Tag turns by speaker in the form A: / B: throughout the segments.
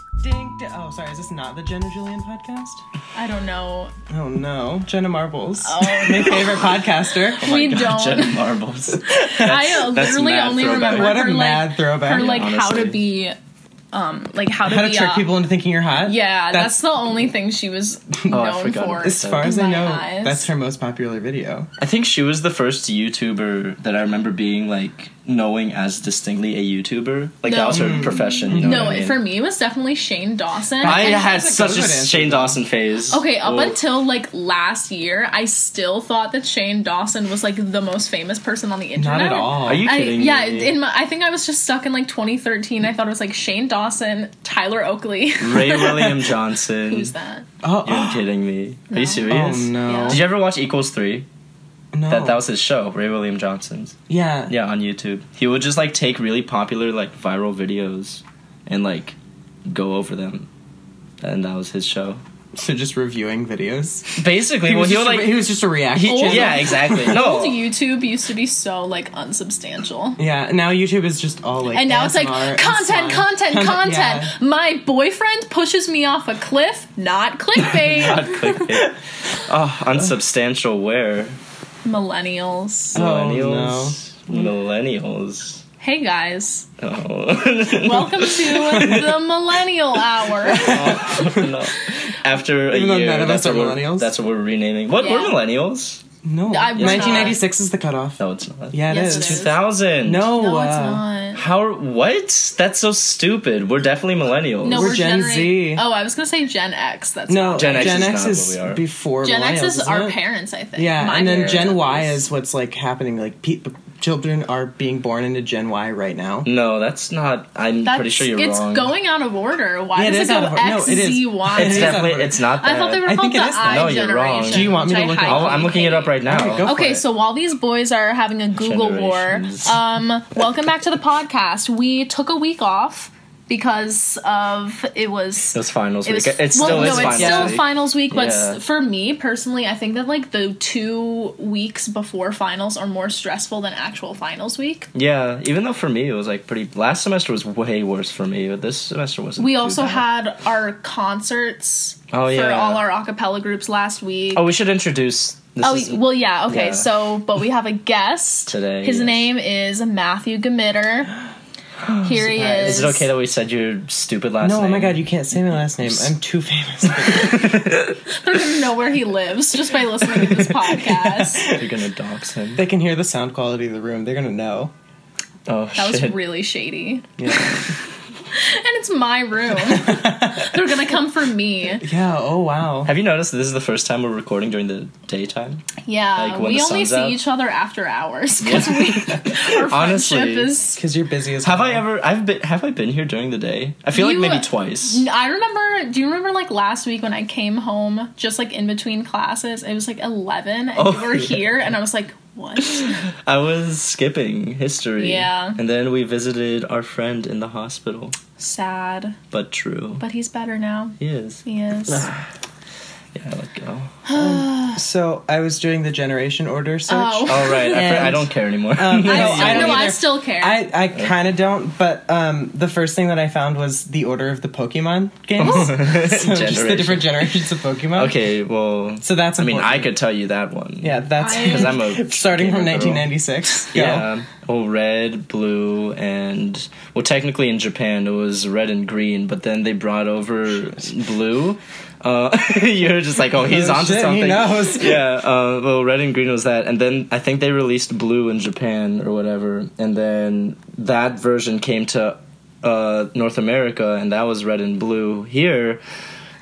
A: podcast. Oh, sorry, is this not the Jenna Julian podcast?
B: I don't know.
A: Oh no, Jenna Marbles,
B: Oh,
A: my favorite podcaster.
B: Oh my We God, don't.
C: Jenna Marbles.
B: I uh,
C: that's
B: literally
C: mad
B: only
C: throwback.
B: remember
A: What a
B: her,
A: mad
B: like,
A: throwback.
B: Her like how to
C: Honestly.
B: be, um, like how to
A: How
B: be
A: to trick
B: a-
A: people into thinking you're hot?
B: Yeah, that's, the only thing she was known
C: Oh, forgot
B: for.
C: about
A: as far as
B: In
A: I
B: my
A: know,
B: eyes.
A: that's her most popular video.
C: I think she was the first YouTuber that I remember being like knowing as distinctly a YouTuber. Like that
B: No.
C: was her profession. You know
B: No,
C: what I
B: it-
C: mean?
B: for me it was definitely Shane Dawson.
C: I
B: And-
C: had
A: That's a
C: such a
A: good answer,
C: Shane
A: though.
C: Dawson phase.
B: Okay, up
C: Oh.
B: until like last year, I still thought that Shane Dawson was like the most famous person on the internet.
A: Not at all.
C: Are you
B: I,
C: kidding
B: yeah,
C: me?
B: in my, I think I was just stuck in like 2013. I thought it was like Shane Dawson, Tyler Oakley.
C: Ray William Johnson.
B: Who's that?
A: Oh,
C: You're kidding me. Are
B: No.
C: you serious?
A: oh no.
B: Yeah.
C: Did you ever watch Equals Three?
A: No.
C: That that was his show, Ray William Johnson's.
A: yeah.
C: Yeah, on YouTube. He would just like take really popular like viral videos and like go over them. And that was his show.
A: So just reviewing videos.
C: Basically, well,
A: was
C: he
A: just
C: would
A: a,
C: like
A: he was just a reaction.
B: Oh,
C: He- yeah, exactly. No.
B: Old
A: Oh.
B: YouTube used to be so like unsubstantial.
A: Yeah, now YouTube is just all like
B: And now it's like
A: ASMR
B: content,
A: and
B: content,
A: slime.
B: content,
A: yeah.
B: My boyfriend pushes me off a cliff, not
C: God,
B: clickbait.
C: clickbait. oh, unsubstantial wear.
B: Millennials.
A: Oh.
C: Millennials. Millennials.
B: Hey guys,
C: Oh.
B: welcome to the Millennial Hour.
C: Oh, no. After a
A: Even though
C: year,
A: none of
C: that's
A: us
C: what
A: are
C: we're-
A: millennials?
C: That's what we're renaming. What we're
B: Yeah.
C: millennials?
A: No,
B: I was
A: 1996 is the cutoff.
C: No, it's not.
A: Yeah, it
B: Yes,
A: is.
B: it
C: two thousand.
A: No,
B: No, it's
A: uh,
B: not.
C: How? are- What? That's so stupid. We're definitely millennials.
B: No,
A: We're
B: we're,
A: Gen
B: genera-
A: Z.
B: Oh, I was gonna say Gen X. That's
A: no.
C: Gen X is not what
A: is,
C: we are.
A: before
B: Gen X
A: millennials,
B: is
A: isn't
B: our
A: it?
B: parents, I think.
A: Yeah,
B: My
A: and then
B: parents.
A: Gen Y
C: parents.
A: is what's like happening. Like pe- children are being born into Gen Y right now. oh
C: No, that's not. I'm
B: That's,
C: pretty sure you're
B: it's
C: wrong.
B: going out of order. Why
A: Yeah, it
B: does
A: is
B: it
A: out
B: go
A: of order. No,
B: X,
A: it is.
B: Z, Y?
C: It's
A: It is
C: definitely.
A: over.
C: It's not. That.
B: I thought they were
A: I
B: called
A: think
B: the
A: it is though.
B: I
C: No, you're
B: generation.
C: wrong.
A: Do you want me
B: which
A: to
B: I
A: look it
B: highly
A: up?
C: Oh, I'm looking it up right now.
A: Alright, go for
B: Okay,
A: it.
B: so while these boys are having a Google war,
C: Generations.
B: um, welcome back to the podcast. We took a week off because of it was.
C: It was finals
B: It was,
C: week. It still
B: well,
C: is
B: no, it's
C: finals
B: still
C: week.
B: finals week, but s-
C: Yeah.
B: for me personally, I think that like the two weeks before finals are more stressful than actual finals week.
C: Yeah, even though for me it was like pretty. Last semester was way worse for me, but this semester wasn't.
B: We
C: too
B: also
C: bad.
B: had our concerts
C: Oh,
B: for
C: yeah.
B: all our a cappella groups last week.
C: Oh, we should introduce. This
B: Oh
C: is-
B: well, yeah. Okay,
C: yeah.
B: so but we have a guest
C: Today,
B: His
C: yes.
B: name is Matthew Gemitter. Here he is.
C: uh, is it okay that we said your stupid last
A: No,
C: name?
A: oh my god, you can't say my last name. I'm too famous.
B: They're gonna know where he lives just by listening to this podcast.
C: are gonna dox him.
A: they can hear the sound quality of the room. They're gonna know.
C: Oh
B: That was
C: shit!
B: really shady, and
A: Yeah.
B: it's my room. They're gonna come for me.
A: yeah. Oh wow.
C: Have you noticed this is the first time we're recording during the daytime?
B: Yeah,
C: Like when
B: we
C: the
B: only
C: sun's
B: see
C: out?
B: each other after hours because we our friendship
C: Honestly.
B: is.
A: Because you're busy as.
C: Have I
A: hell.
C: ever? I've been. Have I been here during the day? I feel
B: You-
C: like maybe twice.
B: I remember. Do you remember like last week when I came home just like in between classes? It was like eleven, and
C: Oh,
B: you were
C: yeah.
B: here, and I was like, "What?"
C: I was skipping history.
B: Yeah.
C: And then we visited our friend in the hospital.
B: Sad,
C: But true.
B: but he's better now.
C: He is.
B: He is.
C: Ah, Yeah, let go.
A: So I was doing the generation order search.
B: Oh.
C: All right. I, fr- I
A: And-
C: don't care anymore.
A: Um,
B: I,
A: no,
B: I
A: don't
B: know. I
A: either.
B: still care.
A: I, I kind of don't, but um, the first thing that I found was the order of the Pokemon games. so just the
C: Generation.
A: different generations of Pokemon.
C: okay. Well.
A: So that's
C: I mean,
A: important.
C: I could tell you that one.
A: Yeah, that's
B: I-
C: Because I'm a
A: starting from
C: gamer girl.
A: 1996. Go.
C: Yeah. Well, red, blue, and well, technically in Japan it was red and green, but then they brought over blue. Uh, you're just like, oh, he's
A: Oh,
C: onto
A: shit, he
C: something.
A: knows.
C: Yeah. Uh, well, red and green was that, and then I think they released blue in Japan or whatever, and then that version came to uh, North America, and that was red and blue here.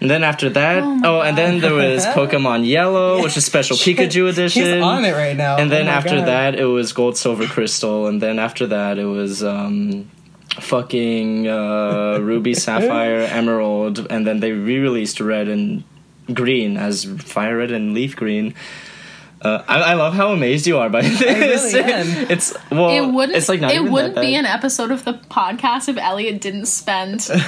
C: And then after that,
B: Oh
C: oh,
B: my
C: and then there was Pokemon Yellow, which is special Pikachu edition.
A: He's on it right now.
C: And then
A: Oh my
C: after
A: God.
C: that, it was gold, silver, crystal, and then after that, it was um, fucking uh, ruby, sapphire, emerald, and then they re-released red and green as fire red and leaf green. Uh, I, I love how amazed you are by this.
A: am.
C: It's well,
B: it wouldn't.
C: It's like not
B: it
C: even
B: wouldn't
C: that
B: be an
C: bad.
B: episode of the podcast if Elliot didn't spend.
C: like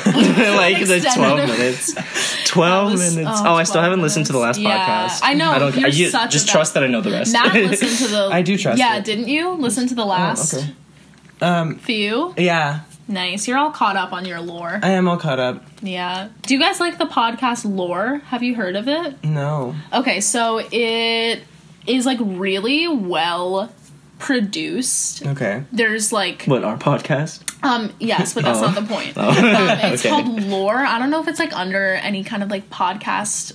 C: the
B: extended-
C: twelve minutes. Twelve
B: was-
C: minutes.
B: oh,
C: Oh, I still
B: 12
C: haven't listened to the
B: minutes.
C: last
B: Yeah.
C: podcast.
B: I know,
C: I don't.
B: you're
C: I, you,
B: such a
C: just
B: bad-
C: trust that I know the rest.
B: Matt listened to the.
A: I do trust
B: Yeah,
A: it.
C: Oh,
B: didn't you listen to the
A: Oh,
B: last
A: okay. Um,
B: few?
A: yeah.
B: Nice. You're all caught up on your lore.
A: I am all caught up.
B: Yeah. Do you guys like the podcast lore? Have you heard of it?
A: No.
B: Okay, so it is like really well produced.
A: Okay.
B: There's like
C: What our podcast?
B: um yes, but that's
C: Oh.
B: not the point.
C: Oh.
B: Um, it's
C: Okay.
B: called Lore. I don't know if it's like under any kind of like podcast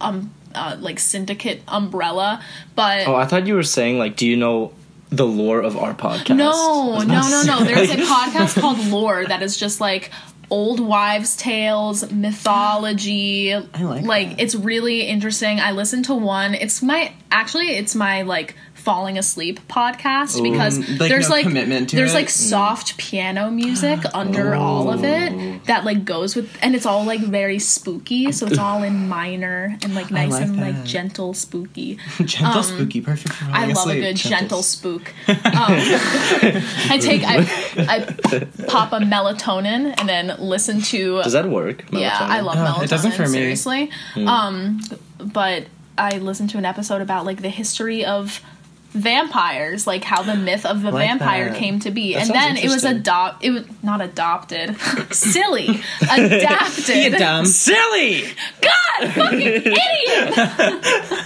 B: um uh, like syndicate umbrella, but
C: Oh, I thought you were saying like, do you know the lore of our podcast?
B: No,
C: That's
B: no,
C: not-
B: no, no. There's a podcast called Lore that is just like old wives' tales, mythology. I
A: like that.
B: it's really interesting. I listened to one. It's my actually, it's my like falling asleep podcast because
A: Mm, like,
B: there's
A: no
B: like
A: commitment to
B: there's
A: it?
B: like soft piano music under all of it that like goes with and it's all like very spooky so it's all in minor and like nice
A: like
B: and
A: that.
B: like gentle spooky
A: Gentle, spooky, perfect for falling
B: Um, I love a
A: asleep.
B: good gentle,
C: gentle s-
B: spook. Um, I take I, I pop a melatonin and then listen to
C: Does that work?
B: yeah I
C: Melatonin? Hmm.
B: love
A: Oh,
B: melatonin
A: it doesn't for me.
B: seriously. Um, but I listened to an episode about like the history of vampires, like how the myth of the
A: like
B: vampire
A: that.
B: came to be,
C: That
B: and
C: sounds
B: then it was
C: interesting.
B: adopt it was not adopted, silly, adapted.
A: You dumb.
C: Silly.
B: God, fucking idiot.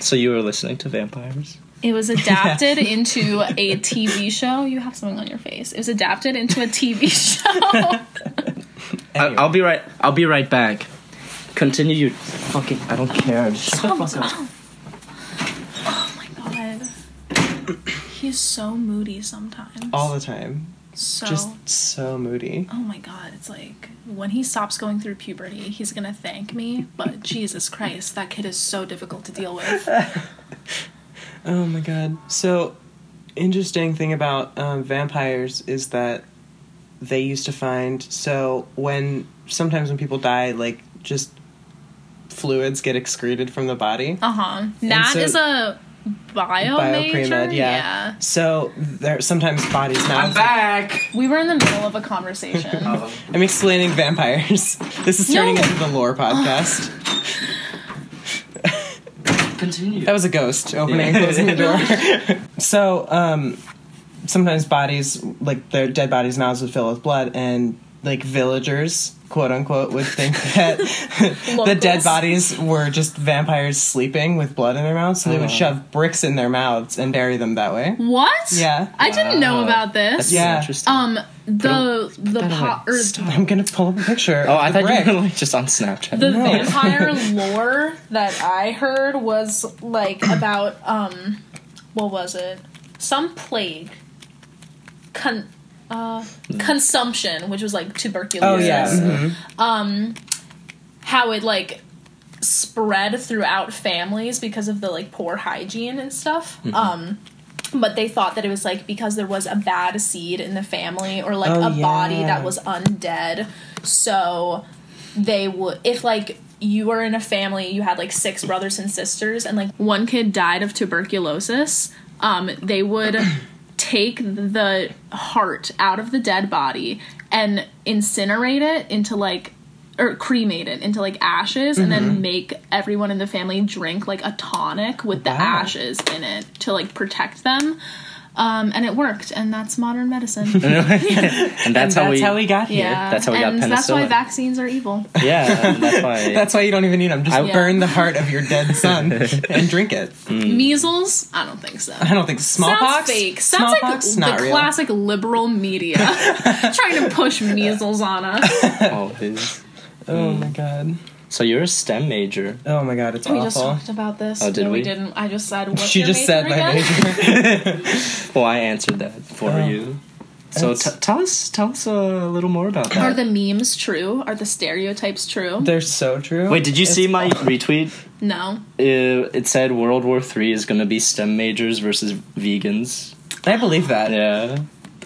C: So you were listening to vampires?
B: It was adapted into a TV show. You have something on your face. It was adapted into a TV show.
C: I- I'll be right. I'll be right back. Continue your fucking. I don't care. Just
A: Shut the fuck up.
B: oh my god. He's so moody sometimes.
A: All the time.
B: so
A: Just so moody.
B: Oh my god, it's like when he stops going through puberty, he's gonna thank me, but Jesus Christ, that kid is so difficult to deal with.
A: Oh my god. So, interesting thing about um, vampires is that they used to find so when sometimes when people die, like just fluids get excreted from the body.
B: Uh-huh. That
A: so-
B: is a bio, major.
A: Biopremed, yeah. So there sometimes bodies not.
C: back.
B: We were in the middle of a conversation.
A: I'm explaining vampires. This is turning
B: No.
A: into the lore podcast.
C: Continue.
A: That was a ghost opening and closing the door. so, um, sometimes bodies, like their dead bodies' mouths would fill with blood, and like villagers, quote unquote, would think that the dead
B: Locals.
A: bodies were just vampires sleeping with blood in their mouths, so they would
C: Oh.
A: shove bricks in their mouths and bury them that way.
B: What?
A: Yeah.
B: I didn't know
C: Wow.
B: about this.
A: That's yeah.
C: Interesting.
B: Um, the the
C: that
B: po-
C: away.
B: or
A: I'm gonna pull up a picture.
C: oh, I
A: of the
C: thought
A: brick.
C: you were like just on Snapchat.
B: the
A: No.
B: vampire lore that I heard was like about um, what was it? Some plague, con uh, consumption, which was like
A: Hmm. Oh
B: tuberculosis.
A: yeah,
C: Yes.
A: mhm.
B: Um, how it like spread throughout families because of the like poor hygiene and stuff.
A: Mm-hmm.
B: Um. But they thought that it was like because there was a bad seed in the family or like
A: Oh,
B: a body
A: yeah.
B: that was undead. So they would if like you were in a family you had like six brothers and sisters and like one kid died of tuberculosis um they would take the heart out of the dead body and incinerate it into like or cremate it into like ashes and then make everyone in the family drink like a tonic with the
A: Wow.
B: ashes in it to like protect them um and it worked and that's modern medicine
C: and that's, how,
A: that's
C: we,
A: how we got here.
B: yeah
C: That's how we got
B: and that's why
C: penicillin.
B: vaccines are evil
C: Yeah, that's why.
A: That's why you don't even need them. Just
C: I-
A: burn the heart of your dead son and drink it.
B: measles i don't think so
A: I don't think smallpox.
B: Sounds fake. Sounds
A: smallpox,
B: like
A: not
B: the
A: real.
B: classic liberal media trying to push measles on us.
C: all it is.
A: Oh my god.
C: So you're a STEM major.
A: Oh my god, it's
B: We just
A: awful.
B: talked about this.
C: Oh, did
B: no, we?
C: we?
B: didn't. I just said what
A: She just said my
B: again?
A: major.
C: Well, I answered that for
A: Oh.
C: you. So t-
A: That's-
C: tell us, tell us a little more about
B: Are
C: that.
B: the memes true? Are the stereotypes true?
A: They're so true.
C: Wait, did you
A: It's-
C: see my retweet?
B: no.
C: It, it said World War Three is going to be STEM majors versus vegans.
A: I believe that.
C: Yeah,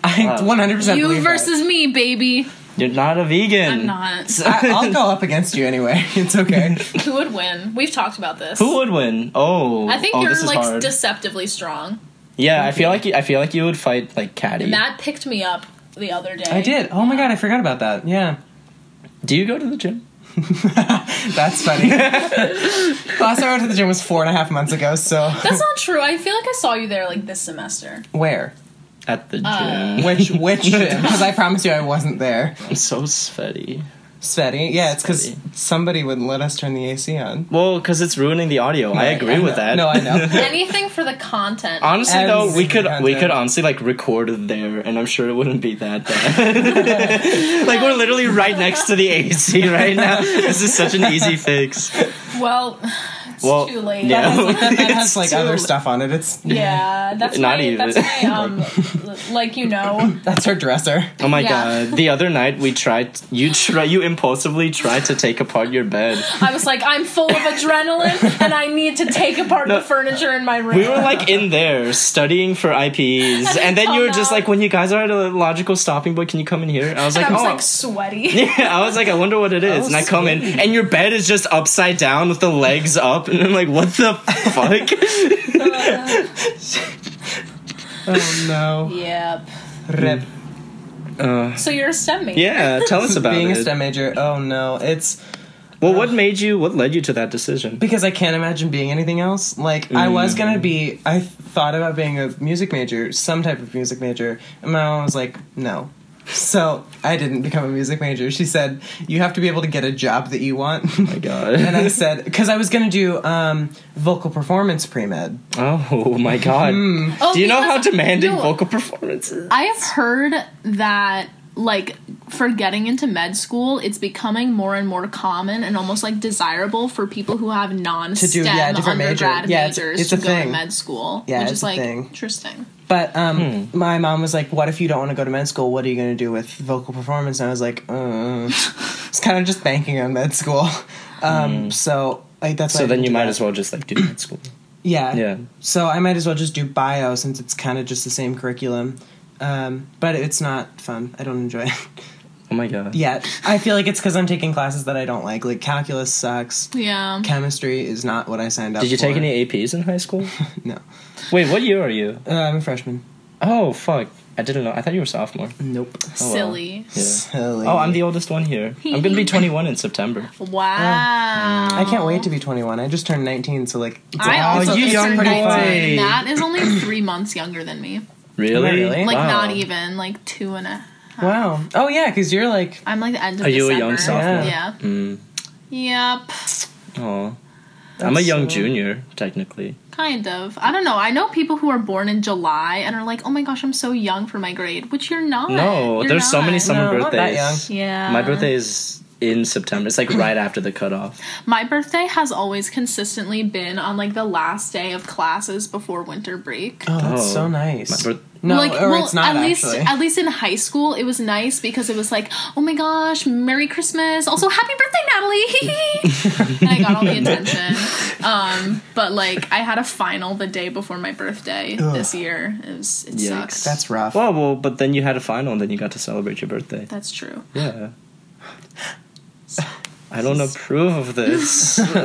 A: I 100%
B: You
A: believe that.
B: versus me, baby.
C: you're not a vegan.
B: I'm not.
A: I, I'll go up against you anyway. It's okay.
B: Who would win? We've talked about this.
C: Who would win? Oh,
B: I think
C: oh,
B: you're
C: this is
B: like
C: hard.
B: deceptively strong.
C: yeah, I feel like you, I feel like you would fight like Caddy.
B: Matt picked me up the other day.
A: I did. Oh my god, I forgot about that. Yeah.
C: Do you go to the gym?
A: That's funny. Last time I went to the gym was four and a half months ago, so.
B: That's not true. I feel like I saw you there like this semester.
A: Where?
C: at the
B: Uh,
C: gym.
A: Which which because I promise you I wasn't there.
C: I'm so sweaty.
A: Svetty. Yeah, it's because
C: Svetty.
A: somebody wouldn't let us turn the AC on.
C: Well, because it's ruining the audio. I agree
A: know.
C: with that.
A: No, I know.
B: Anything for the content.
C: Honestly,
A: And
C: though, we could we
A: content.
C: could honestly like record there, and I'm sure it wouldn't be that bad. like we're literally right next to the AC right now. This is such an easy fix.
B: well, it's
C: Well,
B: too late.
C: yeah.
B: That was-
A: that has
C: It's
A: like
C: too
A: other
C: late.
A: stuff on it. It's
B: yeah, that's
C: Not
B: my,
C: even.
B: That's my, um, l- like you know,
A: that's her dresser.
C: Oh my
B: Yeah.
C: god! The other night we tried. You try. You impulsively tried to take apart your bed.
B: I was like, I'm full of adrenaline and I need to take apart
C: No.
B: the furniture in my room.
C: We were like in there studying for IPs, and, then you were
B: come
C: just
B: out.
C: like, "When you guys are at a logical stopping point, can you come in here?" And I was
B: and
C: like,
B: I was
C: "Oh."
B: like sweaty.
C: yeah, I was like, I wonder what it is.
A: Oh,
C: and I come in,
A: sweet.
C: and your bed is just upside down with the legs up. And I'm like, what the fuck?
A: Oh no.
B: Yep.
A: Rip.
C: uh,
B: So you're a STEM major.
C: yeah, tell us about
A: Being
C: it.
A: a STEM major. Oh no. It's
C: well, what made you, what led you to that decision?
A: because I can't imagine being anything else. Like I
C: Mm.
A: was gonna be, I th- thought about being a music major, some type of music major, and my mom was like, no. So I didn't become a music major. She said, you have to be able to get a job that you want.
C: Oh my god.
A: and I said, because I was gonna do um, vocal performance pre med.
C: oh my god.
B: Oh,
C: Do you know how
B: because-
C: demanding
B: no.
C: vocal performances?
B: I have heard that like for getting into med school, it's becoming more and more common and almost like desirable for people who have
A: do,
B: non-STEM
A: yeah, different major.
B: undergrad
A: Yeah, it's-
B: majors
A: it's
B: to
A: a
B: go to
A: thing.
B: med school.
A: Yeah,
B: which
A: it's
B: is
A: a
B: like
A: thing.
B: interesting.
A: But um,
C: Hmm.
A: my mom was like, "What if you don't want to go to med school? What are you going to do with vocal performance?" And I was like, uh, "It's kind of just banking on med school." Um, So like that's
C: Hmm.
A: why
C: So
A: I
C: then
A: didn't
C: you
A: do
C: might
A: that.
C: as well just like do med school.
A: Yeah.
C: Yeah.
A: So I might as well just do bio since it's kind of just the same curriculum. Um, but it's not fun. I don't enjoy it
C: Oh my god.
A: yet. I feel like it's because I'm taking classes that I don't like. Like calculus sucks.
B: Yeah.
A: Oh, Chemistry is not what I signed up.
C: Did you take
A: for.
C: any APs in high school?
A: No.
C: Wait, what year are you?
A: Uh, I'm a freshman.
C: Oh fuck. I didn't know. I thought you were sophomore.
A: Nope.
C: well.
B: Silly.
C: Yeah.
A: Silly.
C: Oh, I'm the oldest one here. I'm gonna be 21 in September.
B: Wow.
A: Oh. I can't wait to be 21. I just turned 19, so like. It's
B: I
A: all-
B: also
C: you
B: just
C: young
B: turned
C: boy.
B: 19. That is only three months younger than me.
C: Really?
A: Really?
B: Like
C: Wow.
B: not even like two and a.
A: wow. Oh yeah, because you're like.
B: I'm like the end of
C: Are you a
B: December.
C: young sophomore?
B: Yeah.
C: Mm.
B: Yep.
C: Aw. I'm a young
A: so-
C: junior, technically.
B: Kind of. I don't know. I know people who are born in July and are like, "Oh my gosh, I'm so young for my grade," which you're not.
C: No,
B: You're
C: there's so many
B: not.
C: summer
A: No, not
C: birthdays.
A: that
B: Yeah.
C: My birthday is in September. It's like right after the cutoff.
B: My birthday has always consistently been on like the last day of classes before winter break.
A: Oh, that's
C: Oh.
A: so nice.
C: My birth-
A: no,
B: like,
A: or
B: well,
A: it's not
B: at least
A: actually.
B: at least in high school, it was nice because it was like, "Oh my gosh, Merry Christmas!" Also, Happy Birthday, Natalie! and I got all the attention. Um, but like, I had a final the day before my birthday
A: Ugh.
B: this year. It, was, it
C: Yikes.
B: sucks.
A: that's rough.
C: Well, well, but then you had a final and then you got to celebrate your birthday.
B: That's true.
C: Yeah. I don't approve of this.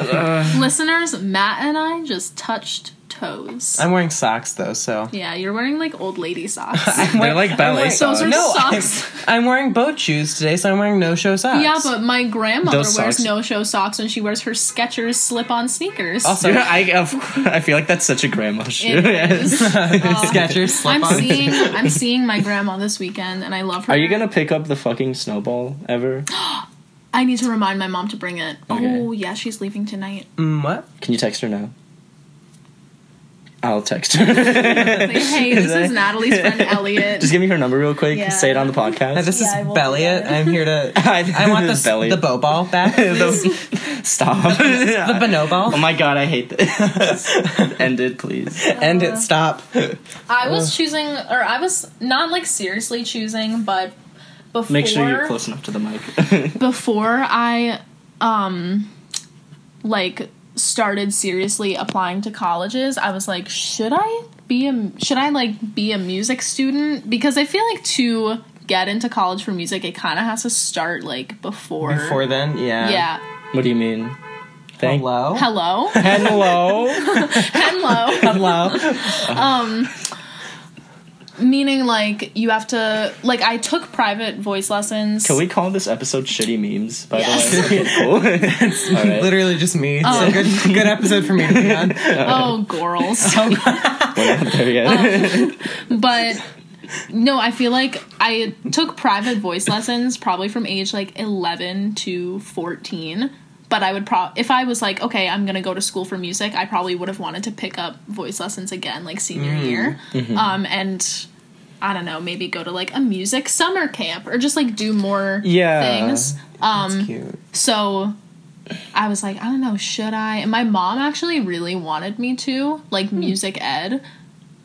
B: Listeners, Matt and I just touched toes.
A: I'm wearing socks though, so.
B: yeah, you're wearing like old lady socks.
C: They're like ballet
A: wearing-
C: socks.
B: Those are
A: No,
B: socks.
A: I'm, I'm wearing boat shoes today, so I'm wearing no-show socks.
B: yeah, but my grandmother
C: Those
B: wears
C: socks-
B: no-show socks when she wears her Skechers slip-on sneakers.
A: Also-
C: I, of, I feel like that's such a grandma shoe.
B: It is.
A: Skechers
B: Oh. I'm
A: slip-on.
B: seeing I'm seeing my grandma this weekend, and I love her.
C: Are you gonna pick up the fucking snowball ever?
B: I need to remind my mom to bring it.
C: Okay.
B: Oh yeah, she's leaving tonight.
A: Mm, what?
C: Can you text her now? I'll text her.
B: Like, hey, this is Natalie's friend Elliot.
C: Just give me her number real quick.
B: Yeah.
C: Say it on the podcast.
A: Now, this
B: Yeah, I
A: is
B: will do
A: Belliot.
B: that.
A: I'm here to.
C: I,
A: I want this, the bow ball back. the
C: Stop.
A: bonobo.
C: oh my god, I hate this. End it, please.
A: End it. Stop.
B: I was choosing, or I was not like seriously choosing, but before
C: Make sure you're close enough to the mic.
B: before I um like started seriously applying to colleges, I was like, should I be a should I like be a music student? Because I feel like to get into college for music, it kind of has to start like before.
A: Before then, yeah.
B: yeah.
C: what do you mean? Thank
A: Hello.
B: Hello.
C: Hello.
B: Hello.
A: Hello.
B: Meaning like you have to like I took private voice lessons.
C: Can we call this episode "Shitty Memes"? By
B: Yes.
C: the way, okay, cool. All right.
A: Literally just me. It's a good, good episode for me to be on.
B: Oh, girls. Um,
C: We're not there yet.
B: but No, I feel like I took private voice lessons probably from age like 11 to 14. But I would probably, if I was like, okay, I'm gonna go to school for music, I probably would have wanted to pick up voice lessons again, like senior year. Um, and I don't know, maybe go to like a music summer camp or just like do more
C: Yeah.
B: things. Um,
A: That's cute.
B: so I was like, I don't know, should I? And my mom actually really wanted me to, like music ed,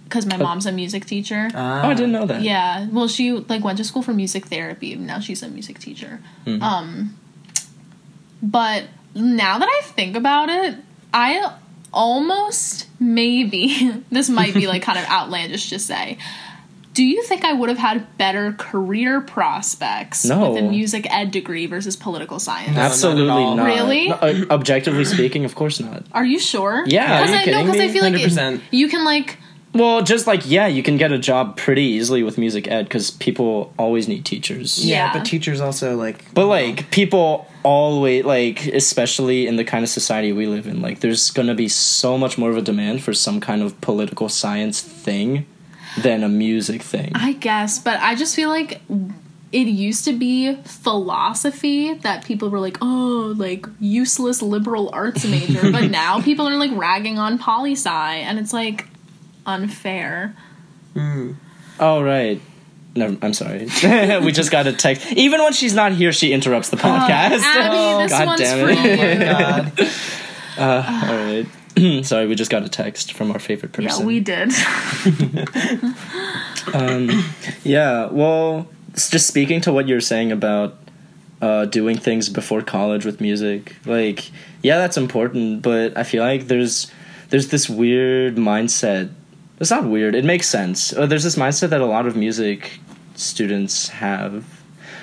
B: because my mom's a music teacher.
A: Ah,
C: Oh, I didn't know that.
B: Yeah. Well, she like went to school for music therapy. and Now she's a music teacher. Um, but now that I think about it, I almost maybe this might be like kind of outlandish to say. Do you think I would have had better career prospects
C: No.
B: with a music ed degree versus political science?
A: No.
C: Absolutely
A: not at all.
C: not.
B: Really?
C: No, uh, objectively speaking, of course not.
B: Are you sure?
C: Yeah, are
B: Because
C: you
B: I
C: kidding
B: because I
C: me?
B: feel like
A: 100%.
B: it, you can like
C: Well, just like yeah, you can get a job pretty easily with music ed because people always need teachers.
A: yeah,
B: yeah.
A: but teachers also like.
C: But like people always like, especially in the kind of society we live in, like there's gonna be so much more of a demand for some kind of political science thing than a music thing.
B: I guess, but I just feel like it used to be philosophy that people were like, oh, like useless liberal arts major, but now people are like ragging on poli sci, and it's like unfair.
A: mm.
C: oh right. Never, I'm sorry. we just got a text. Even when she's not here, she interrupts
B: Oh,
C: the podcast.
B: Abby, this
C: God
B: one's
C: damn
B: for
C: it.
A: My
B: you.
A: God.
C: Uh, all right. sorry, we just got a text from our favorite person.
B: Yeah, we did.
C: um, yeah well s- just speaking to what you're saying about uh, doing things before college with music like yeah that's important but i feel like there's there's this weird mindset it's not weird it makes sense Uh, there's this mindset that a lot of music students have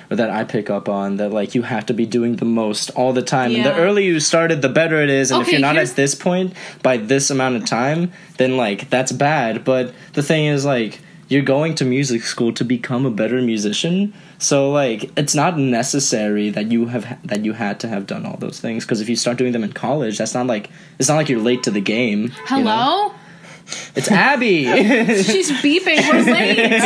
C: or that i pick up on that like you have to be doing the most all the time and the
B: Yeah.
C: earlier you started the better it is and if
B: Okay,
C: you're not
B: here's-
C: at this point by this amount of time then like that's bad but the thing is like you're going to music school to become a better musician so like it's not necessary that you have that you had to have done all those things because if you start doing them in college that's not like it's not like you're late to the game you know?
B: Hello?
C: it's abby
B: She's beeping. We're late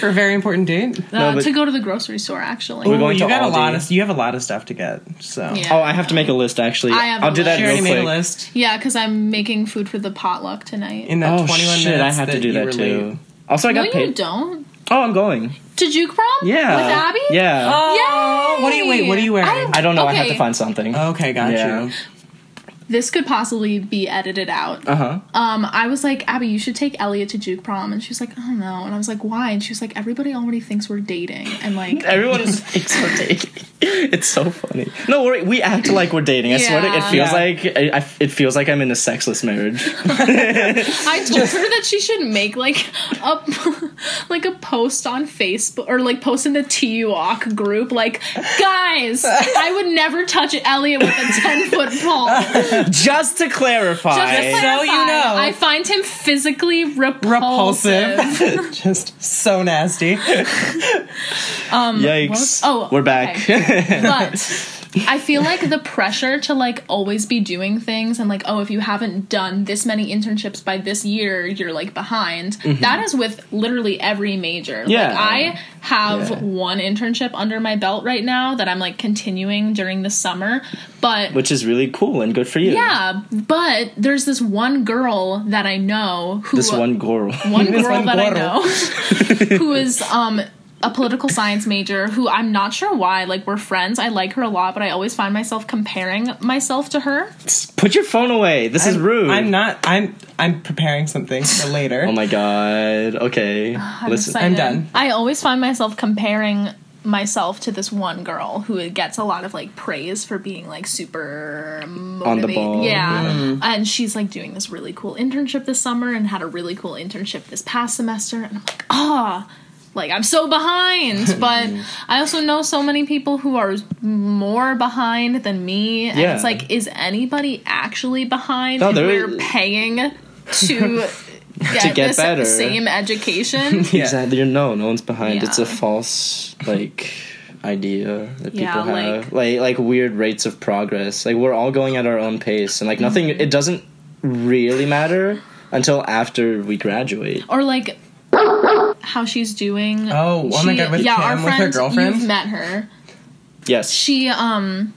A: For a very important date.
C: No,
B: Uh,
C: but-
B: to go to the grocery store, actually.
C: We're
A: Ooh,
C: going
A: you
C: to
A: got a lot
C: Aldi.
A: of you have a lot of stuff to get. So
B: Yeah.
C: oh i have to make a list actually
B: I have a
C: i'll do that
B: list.
A: she
B: She
A: already made a
C: real quick
A: list
B: Yeah, because I'm making food for the potluck tonight.
A: in that
C: oh
A: 21
C: shit i
A: minutes.
C: have to do
A: you were
C: that too
A: late.
C: also i
B: no,
C: got
B: you
C: paid
B: don't.
C: oh i'm going
B: To Juke Prom?
C: yeah
B: With Abby?
C: yeah
A: Oh, what are you? Wait, what are you
B: Yay!
A: wearing?
C: i don't know i had
B: Okay. Oh.
C: to find something
A: okay, got
C: Yeah.
A: you.
B: this could possibly be edited out.
C: uh-huh
B: Um, I was like, Abby, you should take Elliot to Juke Prom, and she was like, I don't know, and I was like, why? And she was like, everybody already thinks we're dating, and like,
C: Everyone thinks we're dating. It's so funny. No, we we act like we're dating. I swear, to, it
B: Yeah.
C: feels
A: Yeah.
C: like I, I- it feels like I'm in a sexless marriage.
B: I told her that she should make like a like a post on Facebook or like post in the TUOC group, like, guys, I would never touch Elliot with a ten foot pole.
C: Just to clarify,
B: Just to clarify,
A: you know.
B: I find him physically repulsive.
A: Repulsive. Just so nasty.
B: Um, what
C: yikes!
B: was- oh,
C: we're back.
B: but I feel like the pressure to like always be doing things and like oh if you haven't done this many internships by this year you're like behind. That is with literally every major.
C: Mm-hmm. Yeah.
B: Like I have
C: Yeah.
B: one internship under my belt right now that I'm like continuing during the summer, but
C: Which is really cool and good for you.
B: yeah, but there's this one girl that I know who
C: This one girl.
B: one
A: This
B: girl
A: one
B: that I
A: girl.
B: know who is um a political science major who I'm not sure why like we're friends. I like her a lot, but I always find myself comparing myself to her.
C: Put your phone away. This is
A: I'm-
C: rude.
A: I'm not. I'm. I'm preparing something for later.
C: Oh my god. Okay.
B: I'm
C: Listen.
B: excited.
A: done.
B: I always find myself comparing myself to this one girl who gets a lot of like praise for being like super
C: On the
B: motivated.
C: ball,
B: Yeah. And she's like doing this really cool internship this summer and had a really cool internship this past semester and I'm like, "Ah, like I'm so behind." But I also know so many people who are more behind than me and
C: Yeah.
B: it's like is anybody actually behind
C: No,
B: if
C: there
B: we're
C: is-
B: paying to Get
C: get
B: this
C: better.
B: same education.
A: Yeah.
C: Exactly. No, no one's behind. It's a
B: Yeah.
C: false like idea that people
B: Yeah, like-
C: have. Like like weird rates of progress. Like we're all going at our own pace and like nothing it doesn't really matter until after we graduate.
B: or like how she's doing.
A: Oh, oh my God, with Kim, with her girlfriend?
B: You've met her.
C: Yes.
B: She um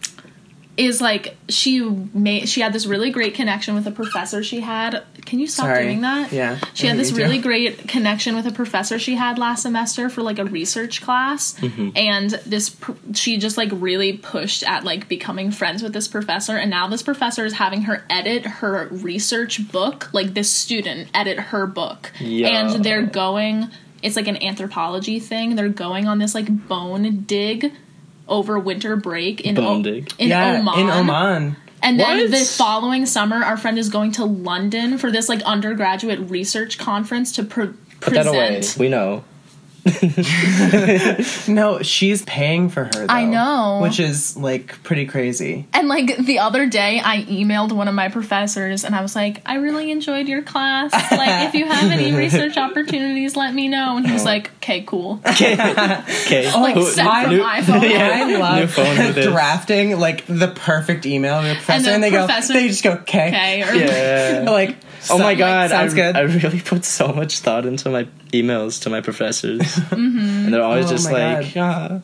B: is like she made she had this really great connection with a professor she had. Can you stop
A: Sorry.
B: doing that?
A: Yeah,
B: She
A: I
B: had this
A: need to.
B: really great connection with a professor she had last semester for like a research class
C: Mm-hmm.
B: and this pr- she just like really pushed at like becoming friends with this professor and now this professor is having her edit her research book, like this student edit her book.
C: Yeah.
B: And they're going it's like an anthropology thing. They're going on this like bone dig over winter break in
C: Bone
B: O-
C: dig.
B: in
A: yeah,
B: Oman.
A: in Oman.
B: And then
C: What?
B: the following summer, our friend is going to London for this like undergraduate research conference to pre-
C: Put that away.
B: present.
C: We know.
A: No, she's paying for her. Though,
B: I know.
A: which is like pretty crazy.
B: And like the other day, I emailed one of my professors and I was like, I really enjoyed your class. Like, if you have any research opportunities, let me know. And he
C: Oh.
B: was like, okay, cool.
C: Okay.
B: Like,
A: who-
B: sent
A: my-
B: from
A: new-
B: iPhone.
A: I
C: New
A: love
C: phone with this.
A: drafting like the perfect email to the professor, and,
B: then
A: they
B: professor-
A: go, they just go, okay,
B: Okay. Or
C: Yeah.
A: like,
C: Oh my
A: sound-
C: god,
A: sounds
C: I,
A: good.
C: I really put so much thought into my emails to my professors. And they're always
A: Oh
C: just
A: my
C: like, "Ah."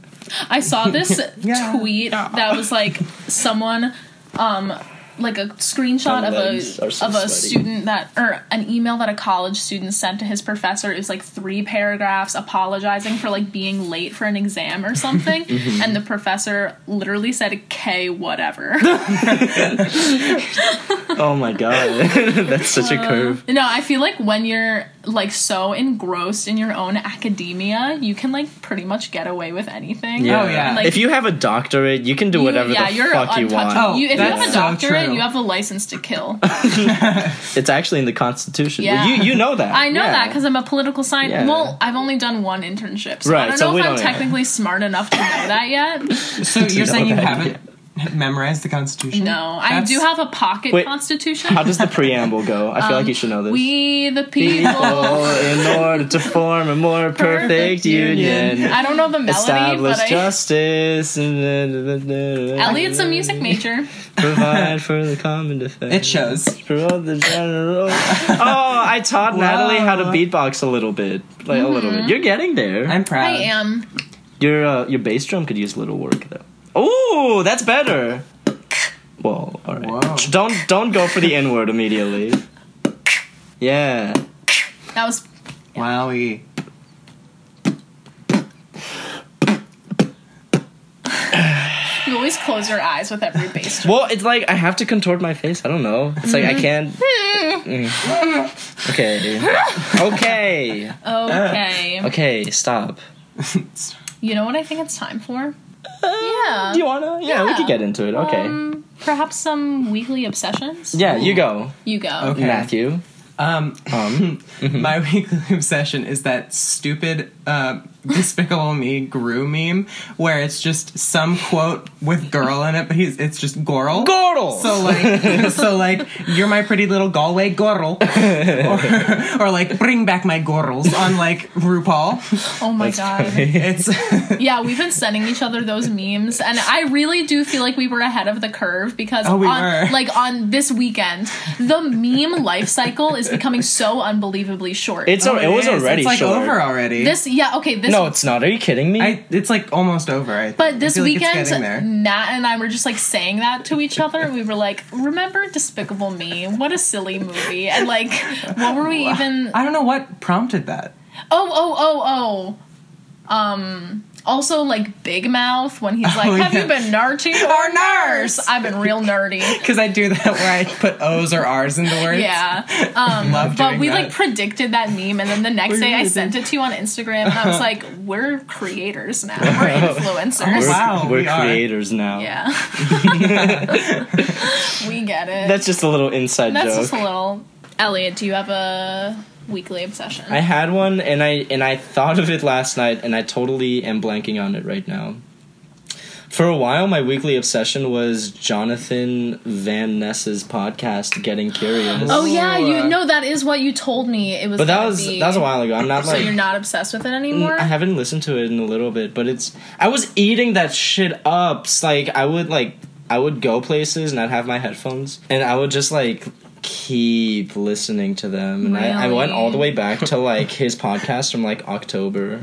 B: I saw this
A: Yeah.
B: tweet that was like someone, um, like a screenshot
C: My
B: of a
C: legs are so
B: of a
C: sweaty.
B: student that or an email that a college student sent to his professor. It was like three paragraphs apologizing for like being late for an exam or something,
C: Mm-hmm.
B: and the professor literally said "k whatever."
C: oh my god, that's such a curve.
B: No, I feel like when you're like so engrossed in your own academia, you can like pretty much get away with anything.
A: Yeah. Oh, yeah.
B: Like-
C: if you have a doctorate, you can do
B: You-
C: whatever the fuck you want.
A: Oh,
B: you, if you
A: that's
B: have a
A: so
B: doctorate,
A: true.
B: you have a license to kill.
A: Oh.
C: It's actually in the Constitution.
B: Yeah.
C: You you know that.
B: I know
C: Yeah.
B: that because I'm a political science.
C: Yeah.
B: Well, I've only done one internship, so I
C: Right,
B: don't
C: so
B: know
C: we
B: if I'm
C: don't-
B: technically smart enough to know that yet.
A: So you're
C: know
A: saying you
C: that.
A: haven't memorized the Constitution?
B: No, I
A: That's-
B: do have a pocket
C: Wait,
B: constitution.
C: How does the preamble go? I feel like you should know this.
B: we the
C: people,
B: people.
C: in order to form a more perfect,
B: Perfect
C: union,
B: I don't know the melody,
C: establish
B: but I.
C: justice,
B: Elliot's
C: Elliot's
B: a music major.
C: provide for the common defense.
A: It shows.
C: Promote the general. oh, I taught Natalie how to
A: Wow.
C: beatbox a little bit, like a little
B: Mm-hmm.
C: bit. You're getting there.
A: I'm proud.
B: I am.
C: your uh, your bass drum could use a little work though. Oh, that's better. Well, all right.
A: Wow.
C: Don't don't go for the N word immediately. Yeah.
B: That was
A: Wowie.
B: you always close your eyes with every bass. drum.
C: Well, it's like I have to contort my face. I don't know. It's like I can't. Mm. Okay. Okay.
B: Okay.
C: Okay. Stop.
B: You know what I think it's time for? Yeah.
C: Uh, Do you wanna? Yeah, we
B: Yeah.
C: could get into it. Okay.
B: Um, perhaps some weekly obsessions.
C: yeah, you go,
B: You go.
A: Okay.
C: Matthew.
A: Um,
C: Um.
A: my weekly obsession is that stupid uh, despicable me grew meme where it's just some quote with girl in it, but he's it's just Goral.
C: Gortle.
A: So like, so like, you're my pretty little Galway girl, or, or like, bring back my girls on like RuPaul.
B: Oh my god.
A: It's
B: Yeah, we've been sending each other those memes, and I really do feel like we were ahead of the curve because
A: Oh, we
B: on,
A: were.
B: like on this weekend, the meme life cycle is becoming so unbelievably short.
C: it's al- it was
A: Oh, is.
C: already
A: it's like
C: short.
A: over already.
B: this, yeah, okay, this.
C: No, it's not. Are you kidding me?
A: I, it's like almost over. I think.
B: but this
A: I feel like it's
B: weekend,
A: getting there.
B: Matt and I were just like saying that to each other, and we were like, "Remember Despicable Me? What a silly movie!" And like, what were we even?
A: I don't know what prompted that.
B: Oh, oh, oh, oh. Um. Also, like Big Mouth when he's like,
A: Oh,
B: "Have
A: yeah.
B: you been nerdy
A: Or
B: or nurse?"
A: nurse.
B: I've been real nerdy.
A: Because I do that where I put O's or R's in the words.
B: Yeah. Um,
A: Love
B: but
A: doing
B: we
A: that.
B: like predicted that meme, and then the next
A: We
B: day I
A: really
B: sent it to you on Instagram, and I was like, "We're creators now. We're influencers.
C: We're,
A: Wow,
C: we're
A: we are.
C: creators now.
B: Yeah. we get it.
C: That's just a little inside
B: That's
C: joke.
B: just a little. Elliot, do you have a weekly obsession?
C: I had one and I and I thought of it last night and I totally am blanking on it right now. For a while my weekly obsession was Jonathan Van Ness's podcast Getting Curious.
B: oh yeah, you
A: Ooh.
B: no, that is what you told me. It was.
C: uh, but that
B: gonna
C: was
B: be-
C: that was a while ago. I'm not
B: So
C: like
B: you're not obsessed with it anymore.
C: Mm, I haven't listened to it in a little bit, but it's I was eating that shit up. Like I would like I would go places and I'd have my headphones and I would just like keep listening to them. And I, I
B: Really?
C: went all the way back to like his podcast from like October.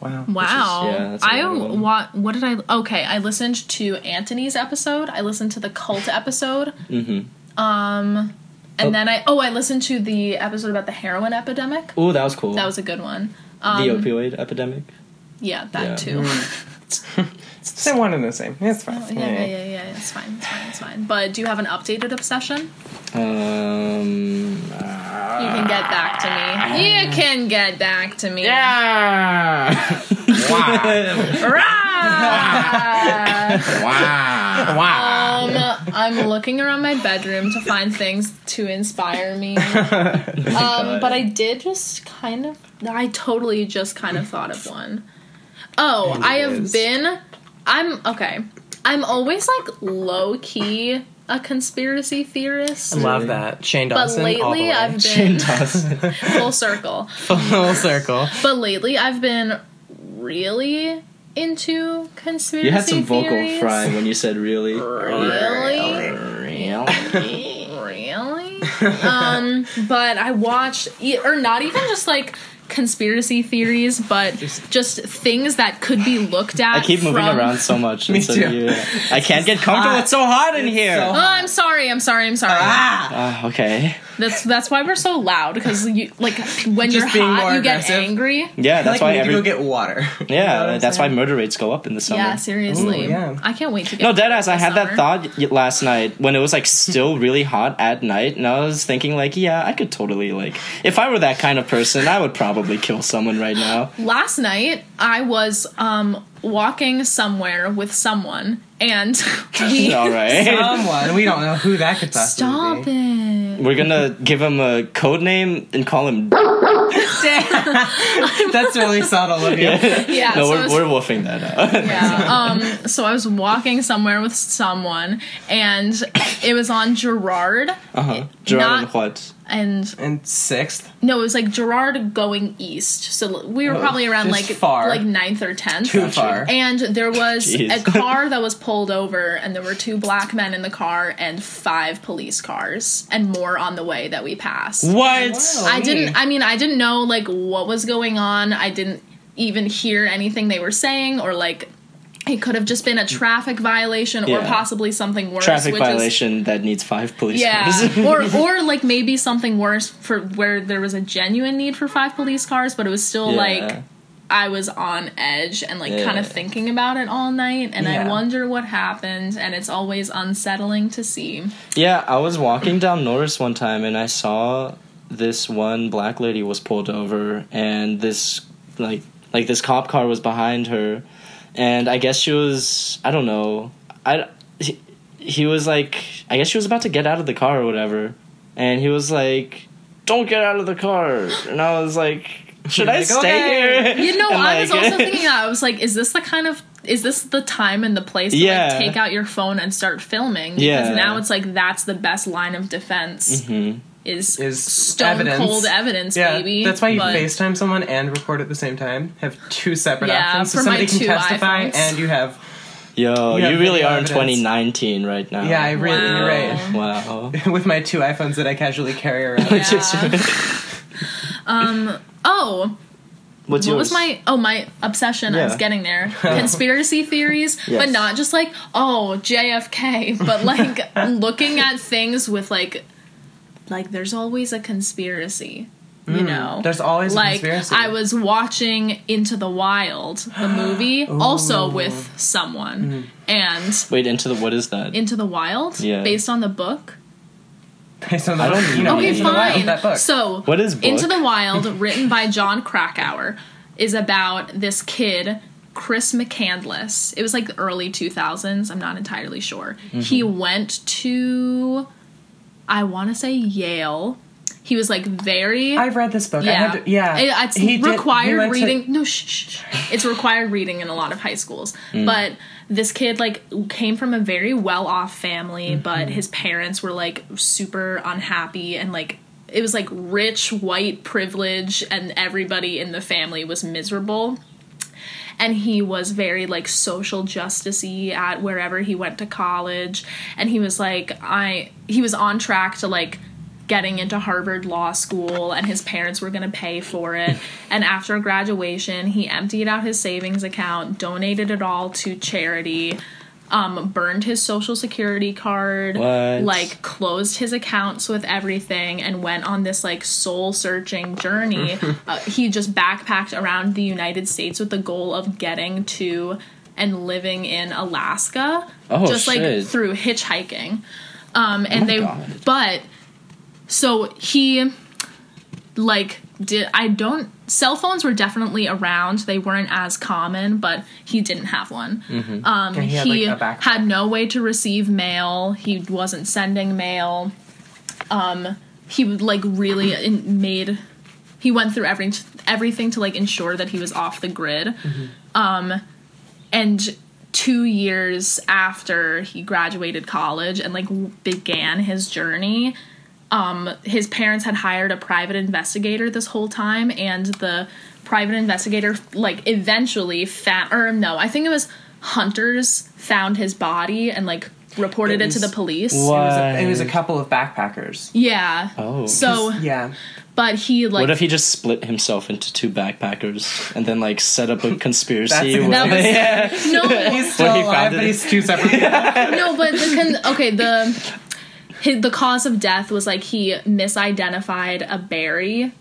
A: Wow.
B: Wow.
C: yeah, that's a
B: I
C: lot of them.
B: what what did I okay, I listened to Anthony's episode. I listened to the cult episode.
C: Mm-hmm.
B: Um and
C: Oh.
B: then I oh, I listened to the episode about the heroin epidemic.
C: Oh, that was cool.
B: That was a good one.
C: the
B: Um,
C: opioid epidemic.
B: Yeah, that
C: Yeah. Mm.
B: too.
A: It's the same one and the same. It's fine.
B: Oh, yeah, yeah, yeah, yeah, it's fine, it's fine, it's fine. But do you have an updated obsession?
C: Um,
B: You can get back to
C: Ah.
B: me. You can get back to me.
A: Ah.
D: Yeah.
C: ah,
D: wow. Wow.
B: Rah!
D: Wow.
B: Um, I'm looking around my bedroom to find things to inspire me.
C: Oh
B: Um, but I did just kind of, I totally just kind of thought of one. Oh, I have
A: is.
B: been, I'm, okay. I'm always like low key a conspiracy theorist.
A: Love that. Shane
B: Um, But
A: Dawson. all the
B: lately
A: way.
B: I've been
C: Shane Dawson.
B: full circle.
A: full circle.
B: But lately I've been really into conspiracy
C: You had some vocal
B: theories.
C: fry when you said really.
B: Really? really? um, but I watched, e- or not even just like conspiracy theories, but just things that could be looked at.
C: I keep moving
B: from- Uh,
C: around so much.
A: Me
C: and so
A: too.
C: you- I can't get comfortable.
A: hot.
C: It's so hot in here.
A: so
B: Oh, I'm sorry. I'm sorry. I'm sorry.
A: Ah!
C: Ah, okay.
B: That's that's why we're so loud because you like when you're
A: Just being more
B: hot, you get
A: aggressive.
B: angry.
C: Yeah,
A: That's
C: that's
A: like why
C: why
A: we
C: every
A: need to go get water.
C: yeah,
A: what I'm
C: that's why
A: saying?
C: murder rates go up in the summer.
B: Yeah, seriously.
A: Ooh, yeah.
B: I can't wait to get
C: No,
B: to
C: deadass.
B: this
C: I had
B: summer.
C: that thought y- last night when it was like still really hot at night, and I was thinking like, yeah, I could totally like, if I were that kind of person, I would probably kill someone right now.
B: last night I was um walking somewhere with someone and we
C: All right,
A: Someone. We don't know who that could possibly
B: Stop
A: be.
B: it.
C: we're gonna give him a code name and call him. no,
A: That's really subtle of you.
B: Yeah, so I
C: we're,
B: was-
C: we're wolfing that out. Uh-huh.
B: yeah. Um so I was walking somewhere with someone and it was on Gerard
C: Uh-huh. Gerard
B: Not-
C: and what?
B: and
A: And sixth,
B: no, it was like Gerard going east. So we were
C: Oh,
B: probably around like
A: just far.
B: like ninth or tenth.
A: too far.
B: And there was
C: Jeez.
B: a car that was pulled over, and there were two black men in the car and five police cars, and more on the way that we passed.
C: What?
A: Wow.
B: I didn't. I mean, I didn't know like what was going on. I didn't even hear anything they were saying, or like it could have just been a traffic violation, or
C: Yeah.
B: possibly something worse.
C: Traffic
B: which is-
C: violation that needs five police cars.
B: yeah, or or like maybe something worse for where there was a genuine need for five police cars, but it was still
C: Yeah.
B: like I was on edge and like kind
C: Yeah.
B: of thinking about it all night, and
A: Yeah.
B: I wonder what happened, and it's always unsettling to see.
C: Yeah, I was walking down Norris one time and I saw this one black lady was pulled over and this like like this cop car was behind her and I guess she was I don't know. I he, he was like I guess she was about to get out of the car or whatever and he was like don't get out of the car and I was like should I
A: Like,
C: stay
A: okay.
C: here?
B: You know,
C: And,
B: I was
C: like-
B: also thinking that I was like, is this the kind of is this the time and the place to
C: Yeah.
B: like take out your phone and start filming? Because
C: Yeah.
B: now it's like that's the best line of defense
C: Mhm.
B: is
A: Is
B: stone
A: evidence.
B: cold evidence,
A: Yeah,
B: baby.
A: that's why you
B: But-
A: FaceTime someone and record at the same time. Have two separate
B: Yeah,
A: options, so
B: for my
A: somebody can
B: two
A: testify,
B: iPhones.
A: and you have.
C: Yo,
A: You
C: you,
A: have
C: really
A: video
C: are in
A: evidence.
C: 2019 right now.
A: Yeah, I really. You're right.
B: Wow.
C: Wow.
A: With my two iPhones that I casually carry around.
B: Yeah. Oh,
C: What's
B: what
C: yours?
B: was my oh my obsession? I was
C: Yeah.
B: getting there. Conspiracy theories, but
C: Yes.
B: not just like oh JFK, but like looking at things with like like there's always a conspiracy, you know.
A: Mm. There's always a
B: like
A: conspiracy.
B: I was watching Into the Wild, the movie, also with
A: Mm-hmm.
B: someone, and
C: Wait, into the what is that?
B: Into the Wild,
C: Yeah.
B: based on the book.
A: Based on the,
C: I don't
A: you know,
C: know.
B: Okay,
A: Into the Wild,
B: fine.
A: that book.
B: So
C: What is book?
B: Into the Wild, written by John Krakauer, is about this kid, Chris McCandless. It was like the early 2000s. I'm not entirely sure.
A: Mm-hmm.
B: He went to, I want to say Yale. He was like very.
A: I've read this book. I
B: yeah,
A: had to- yeah.
B: It- it's
A: He did- he
B: required
A: went to-
B: reading. no, shh, shh, shh. It's required reading in a lot of high schools. But this kid like came from a very well-off family, but his parents were like super unhappy and like it was like rich white privilege and everybody in the family was miserable and he was very like social justicey at wherever he went to college and he was like i he was on track to like getting into Harvard Law School and his parents were going to pay for it. And after graduation, he emptied out his savings account, donated it all to charity, um, burned his social security card,
C: What?
B: like closed his accounts with everything, and went on this like soul searching journey. uh, he just backpacked around the United States with the goal of getting to and living in Alaska
C: Oh,
B: just like
C: shit.
B: through hitchhiking. Um, and they,
C: God.
B: but so he like did I don't cell phones were definitely around. They weren't as common, but he didn't have one. Um,
A: And
B: he
A: he
B: had,
A: had, like, a backpack.
B: no way to receive mail. He wasn't sending mail. Um, he would like really in, made. He went through every everything to like ensure that he was off the grid. Um, and two years after he graduated college and like w- began his journey, um, his parents had hired a private investigator this whole time and the private investigator like eventually found or no i think it was hunters found his body and like reported
A: It
B: it, to
A: was-
B: the police
A: It
C: What?
A: was, a, it was a couple of backpackers.
B: yeah
C: Oh.
B: so
A: Yeah.
B: but he like
C: what if he just split himself into two backpackers and then like set up a conspiracy?
A: That's-
C: with-
B: that was
C: yeah.
B: no
A: He's still
C: he
A: alive,
C: found
A: but
C: it.
A: he's two separate
B: no, but the con- okay the his, the cause of death was like he misidentified a berry.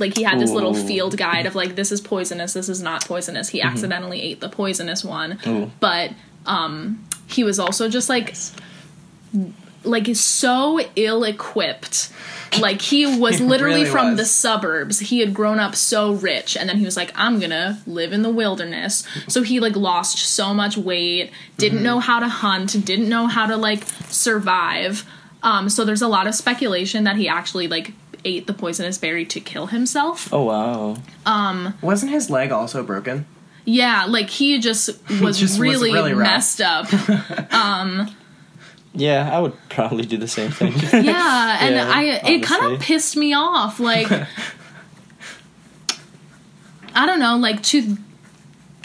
B: Like he had this little
C: Ooh. Mm-hmm.
B: field guide of like this is poisonous, this is not poisonous. He accidentally ate the poisonous one,
C: Ooh.
B: but um he was also just like like is so ill equipped. Like he was literally
A: really
B: from
A: was.
B: the suburbs. He had grown up so rich and then he was like I'm going to live in the wilderness. So he like lost so much weight,
A: Mm-hmm.
B: didn't know how to hunt, didn't know how to like survive. Um so there's a lot of speculation that he actually like ate the poisonous berry to kill himself.
C: Oh wow.
A: Wasn't his leg also broken?
B: Yeah, like he just was
A: just was
B: really,
A: really rough.
B: messed up.
C: Yeah, I would probably do the same thing.
B: yeah and
C: Yeah,
B: i it kind of
C: honestly.
B: pissed me off like i don't know like to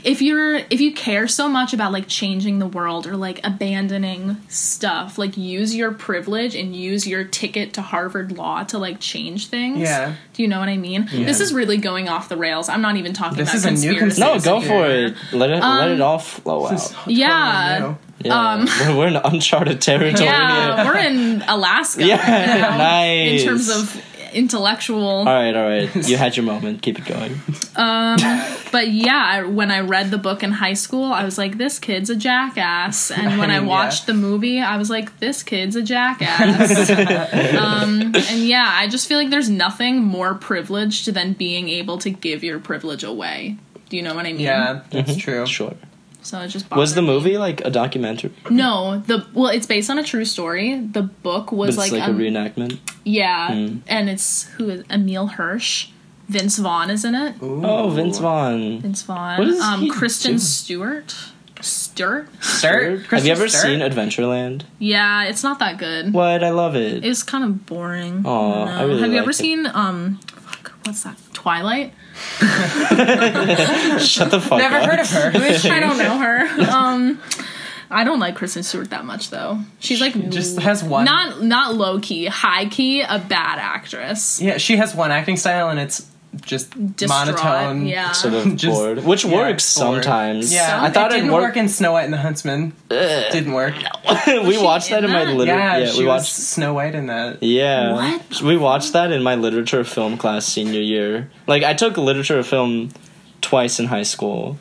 B: if you're if you care so much about like changing the world or like abandoning stuff like use your privilege and use your ticket to harvard law to like change things
A: Yeah.
B: do you know what i mean this is really going off the rails i'm not even talking
A: This
B: about
A: is a new
B: conspiracy
C: no,
A: Seriously.
C: go for it. Let it let
B: Um,
C: it all flow
A: This is
C: out.
A: totally
B: Yeah.
A: new.
C: Yeah. we're, we're in uncharted territory. here.
B: um, yeah we're in alaska
C: Yeah, nice.
B: in terms of intellectual
C: All right, all right. You had your moment. Keep it going.
B: But yeah, I- when I read the book in high school, I was like, this kid's a jackass. And when I
A: mean,
B: watched the movie, I was like, this kid's a jackass. um, and yeah, I just feel like there's nothing more privileged than being able to give your privilege away. Do you know what I mean?
A: Yeah, Mm-hmm. that's true.
C: Sure.
B: So it just
C: Was the
B: bothered me.
C: movie like a documentary?
B: no the well? It's based on a true story. The book was
C: It's
B: like,
C: like,
B: um,
C: a Hmm. reenactment.
B: yeah, and it's who is Emil Hirsch, Vince Vaughn is in it.
C: Oh, Vince Vaughn.
B: Vince Vaughn,
C: What is
B: um,
C: he
B: Kristen
C: doing?
B: Stewart, Stewart.
A: Sir,
C: Have
A: Kristen
C: you ever
A: Stewart?
C: seen Adventureland?
B: Yeah, it's not that good.
C: What? I love it.
B: It was kind of boring.
C: Aw,
B: don't
C: I
B: know.
C: really
B: Have you
C: like
B: ever
C: it.
B: seen um fuck, what's that? Twilight?
C: Shut the fuck
A: Never
C: up.
A: heard of her.
B: I don't know her. Um I don't like Kristen Stewart that much though. She's like
A: Just has one.
B: not not low key, high key, a bad actress.
A: yeah, she has one acting style, and it's just
B: Distraught,
A: monotone.
B: Yeah.
C: Sort of
A: Just-
C: bored, which
A: Yeah,
C: works
A: bored.
C: sometimes.
A: Yeah,
C: I thought
A: it
C: it,
A: didn't work
C: worked.
A: in Snow White and the Huntsman. Didn't work.
C: we
B: she
C: watched that
B: in
C: in my
B: that?
C: literature.
A: Yeah,
C: Yeah,
A: she
C: we
A: was
C: watched.
A: Snow White in that.
C: Yeah,
B: What?
C: we watched that in my literature film class senior year. Like I took literature film twice in high school.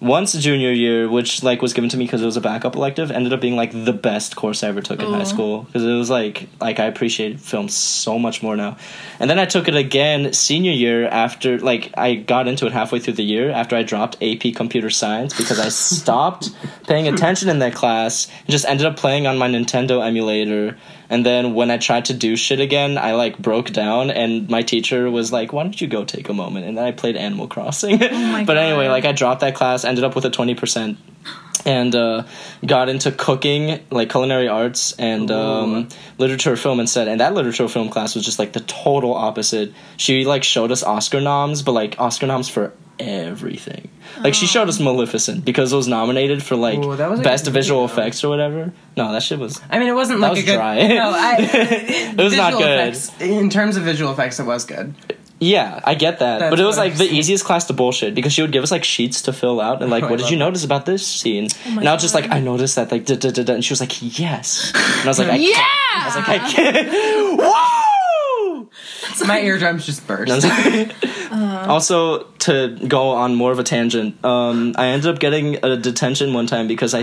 C: Once junior year, which like was given to me because it was a backup elective, ended up being like the best course I ever took in
B: Ooh.
C: high school because it was like like I appreciate film so much more now. And then I took it again senior year after like I got into it halfway through the year after I dropped AP computer science because I stopped paying attention in that class and just ended up playing on my Nintendo emulator. And then when I tried to do shit again, I like broke down and my teacher was like, "Why don't you go take a moment?" And then I played Animal Crossing.
B: Oh my
C: but anyway,
B: God.
C: like I dropped that class, ended up with a 20% and uh, got into cooking, like culinary arts and um, literature, film, and said. And that literature film class was just like the total opposite. She like showed us Oscar noms, but like Oscar noms for everything. Like she showed us Maleficent because it was nominated for like
A: Ooh, that was a
C: best
A: good
C: visual
A: video.
C: effects or whatever. No, that shit was
A: I mean, it wasn't
C: That
A: like
C: was
A: a good.
C: dry.
A: No, I,
C: It was not
A: visual
C: good.
A: Effects, in terms of visual effects, it was good.
C: yeah, I get that,
A: That's
C: but it was
A: what I'm
C: like the
A: saying.
C: easiest class to bullshit because she would give us like sheets to fill out and like,
A: Oh, I
C: what did you
A: love
C: notice about this scene?
B: Oh my
C: and I was just
B: God.
C: like, I noticed that like da da da da, and she was like, yes, and I was like, I
B: Yeah.
C: I was like, I can't. Whoa!
A: My eardrums just burst.
C: No, I'm sorry.
B: Uh-huh.
C: also, to go on more of a tangent, um, I ended up getting a detention one time because I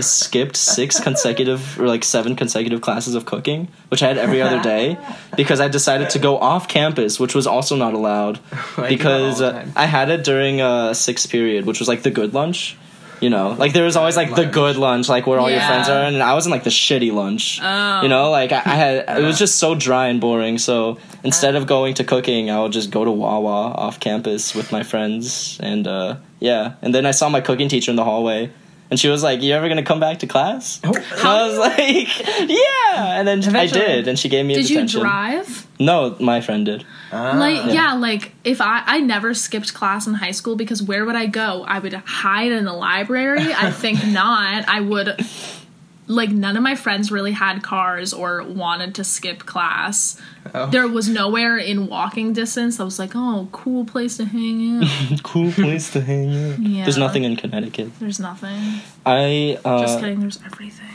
C: skipped six consecutive or like seven consecutive classes of cooking, which I had every other day, because I decided to go off campus, which was also not allowed,
A: I do that all
C: because
A: the
C: uh,
A: time.
C: I had it during uh, sixth period, which was like the good lunch. You know, like there was always like the
A: Lunch.
C: good lunch, like where all your
B: Yeah.
C: friends are, and I was in like the shitty lunch.
B: Oh.
C: You know, like I, I had, it was just so dry and boring. So instead of going to cooking, I would just go to Wawa off campus with my friends, and uh, yeah. And then I saw my cooking teacher in the hallway, and she was like, "You ever gonna come back to class?"
A: Oh.
C: And I was like, "Yeah," and then
A: Eventually.
C: I did, and she gave me a
B: Did you
C: detention.
B: drive?
C: No, my friend did.
A: Ah.
B: like yeah. like if I I never skipped class in high school because where would I go? I would hide in the library. I think not. I would like none of my friends really had cars or wanted to skip class.
A: Oh.
B: There was nowhere in walking distance. I was like, "Oh, cool place to hang out."
C: cool place to hang out.
B: Yeah.
C: There's nothing in Connecticut.
B: There's nothing.
C: I uh,
B: Just kidding. There's everything.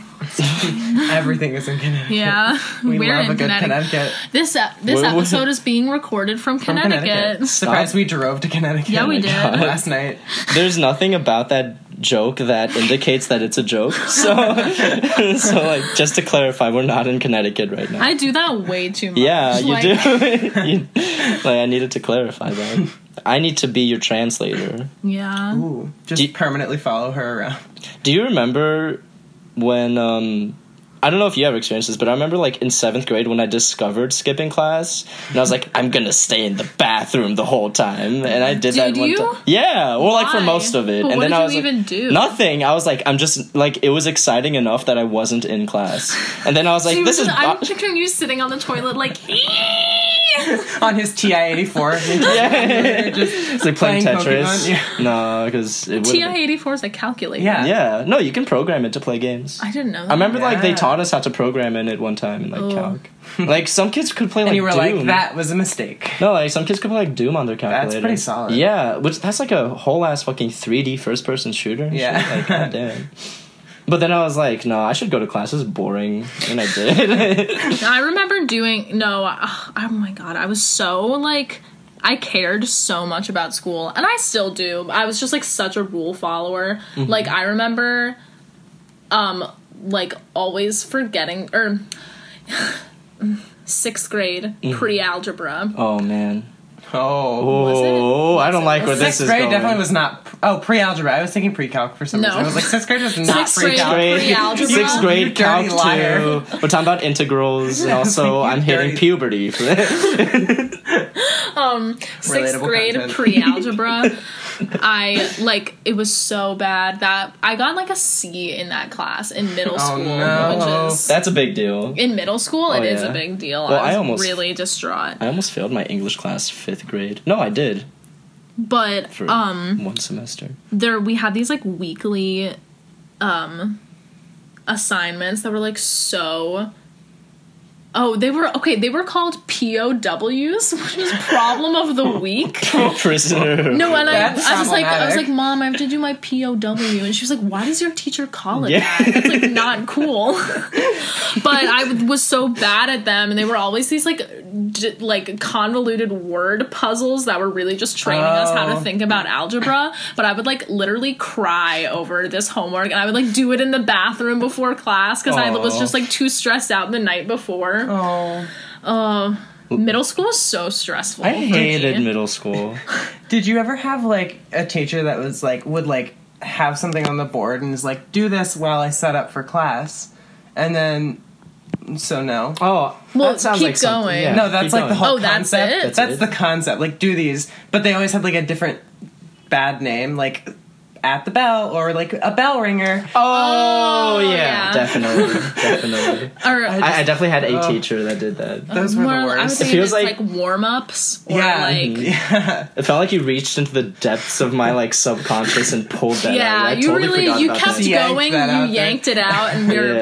A: everything is in Connecticut.
B: Yeah,
A: we
B: we're
A: love
B: in
A: a good
B: Connecticut.
A: Connecticut.
B: This uh, this
C: We're- we're-
B: episode is being recorded from,
A: From
B: Connecticut.
A: Surprised we drove to Connecticut.
B: Yeah, we
C: my
B: did.
C: God.
A: Last night.
C: there's nothing about that joke that indicates that it's a joke. So, so like just to clarify, we're not in Connecticut right now.
B: I do that way too much.
C: yeah, you
B: Like,
C: do. You- like I needed to clarify that. I need to be your translator.
B: Yeah.
A: Ooh, just
C: Do you-
A: permanently follow her around.
C: Do you remember when um I don't know if you ever experienced this, but I remember like in seventh grade when I discovered skipping class, and I was like, "I'm gonna stay in the bathroom the whole time," and I did, that
B: Did
C: one
B: you?
C: time. Yeah, well, like for
B: Why?
C: most of it,
B: But
C: and
B: what
C: then
B: did
C: I
B: you
C: was like,
B: even do?
C: nothing. I was like, I'm just like it was exciting enough that I wasn't in class, and then I was like,
B: So you
C: "This
B: were
C: is
B: just- I'm
C: bo-
B: picturing you sitting on the toilet like
A: On his TI 84.
C: yeah."
A: Just
C: it's like playing,
A: playing
C: Tetris.
A: Pokemon, yeah.
C: No, because it would.
B: TI eighty four is a calculator.
A: Yeah.
C: Yeah, no, you can program it to play games.
B: I didn't know that.
C: I remember like they
A: Yeah.
C: taught us how to program in it one time in like
B: Oh.
C: calc. Like some kids could play like
A: and you were
C: Doom.
A: like, that was a mistake.
C: No, like some kids could play like Doom on their calculator.
A: pretty solid.
C: Yeah, which that's like a whole ass fucking 3D first person shooter. and
A: Yeah.
C: shit. like god damn. But then I was like, no, I should go to class. It's boring, and I did.
B: I remember doing no ugh, oh my god, I was so like I cared so much about school and I still do. I was just like such a rule follower.
C: Mm-hmm.
B: Like I remember um like always forgetting or sixth grade pre-algebra
C: Mm. oh man.
A: Oh.
B: Was it?
C: Oh, I
B: Was
C: don't
B: it?
C: like where this
A: Sixth
C: is
A: grade
C: going.
A: definitely was not. Oh, pre algebra. I was thinking pre calc for some
B: No.
A: reason. I was like, sixth grade was not
B: Sixth grade.
A: pre calc.
C: Grade-
B: Pre-algebra.
C: Sixth
B: You
C: grade
A: dirty
C: calc
A: liar.
C: two. We're talking about integrals, and also
A: You
C: I'm hitting
A: dirty-
C: puberty. For
B: sixth
A: Relatable
B: grade
A: content.
B: pre algebra. I like it was so bad that I got like a C in that class in middle
A: Oh,
B: school,
A: no.
B: which is
C: That's a big deal.
B: in middle school it is
C: yeah.
B: a big deal.
C: Well,
B: I was
C: I almost-
B: really distraught,
C: I almost failed my English class fifth grade. No, I did
B: but
C: for
B: um,
C: one semester.
B: there we had these like weekly um assignments that were like so oh they were okay they were called pows which is problem of the week
C: Prisoner.
B: No, and I,
A: That's
B: I was like, I was
A: problematic.
B: like, Mom, I have to do my POW, and she was like, Why does your teacher call it
C: Yeah.
B: that? It's like not cool. but I w- was so bad at them, and they were always these like, d- like convoluted word puzzles that were really just training us how to
A: Oh.
B: think about algebra. But I would like literally cry over this homework, and I would like do it in the bathroom before class because I was
C: Aw.
B: just like too stressed out the night before.
A: Oh.
B: Middle school was so stressful.
C: Oh. I
B: for
C: hated
B: me.
C: middle school.
A: Did you ever have like a teacher that was like would like have something on the board and is like do this while I set up for class, and then so no.
C: Oh,
B: Well, keep going.
A: No, that's like the whole
B: Oh, that's
A: concept.
B: it?
A: That's
C: That's it.
A: the concept. Like do these, but they always had like a different bad name, like at the bell or like a bell ringer.
C: Oh, yeah.
B: yeah.
C: Definitely. definitely.
B: Or
C: I, I definitely had a
A: Oh.
C: teacher that did that.
A: Those were
B: more,
A: the
B: I would
A: worst.
B: think
C: It
B: it's
C: feels
B: like,
C: like-
B: warm ups or
A: Yeah.
B: like
A: Yeah.
C: It felt like you reached into the depths of my like subconscious and pulled that
B: yeah.
C: out. I
B: you
C: totally
B: really
C: forgot
B: you
C: about
B: kept
C: that.
A: that. Yanked
B: going.
A: that out
B: you
A: there.
B: yanked it out, and we were
C: Yeah.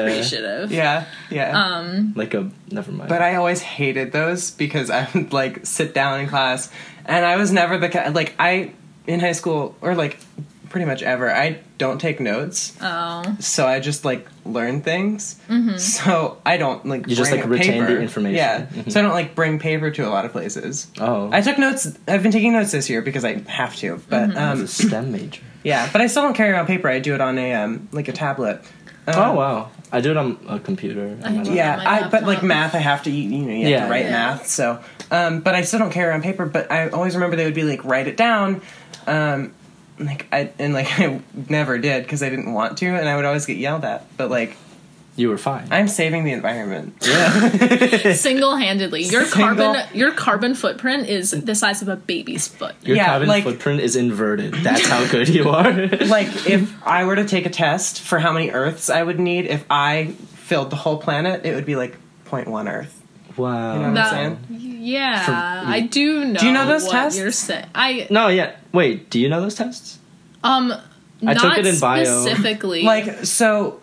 B: appreciative.
A: Yeah. Yeah.
B: Um,
C: Like a never mind.
A: But I always hated those because I would like sit down in class, and I was never the ki- like I in high school or like pretty much ever. I don't take notes,
B: oh,
A: so I just like learn things. So I don't like
C: You just,
A: bring
C: like,
A: a
C: retain the
A: paper.
C: information. Mm-hmm.
A: Yeah, so I don't like bring paper to a lot of places.
C: oh,
A: I took notes. I've been taking notes this year because I have to. But
C: I was
A: um,
C: a STEM major.
A: yeah, but I still don't carry around paper. I do it on a um, like a tablet. Um,
C: Oh wow, I do it on a computer.
B: I do.
A: yeah,
B: on my
A: I but like
B: laptop.
A: math, I have to you know you have
C: Yeah.
A: to write
B: Yeah.
A: math. So, um, but I still don't carry around paper. But I always remember they would be like write it down, um, like I and like I never did because I didn't want to, and I would always get yelled at. But like
C: You were fine.
A: I'm saving the environment.
B: single handedly, your
A: Single-
B: carbon your carbon footprint is the size of a baby's foot.
C: Your
A: yeah,
C: carbon
A: like-
C: footprint is inverted. That's how good you are.
A: like if I were to take a test for how many Earths I would need if I filled the whole planet, it would be like 0.1 Earth.
C: wow.
A: You know what
B: That-
A: I'm saying?
B: Yeah,
C: For-
B: I do know.
A: you know those
B: what
A: tests?
B: You're saying I
C: No, yeah. Wait, do you know those tests?
B: um.
C: I
B: not
C: took it in bio.
B: specifically.
A: Like so,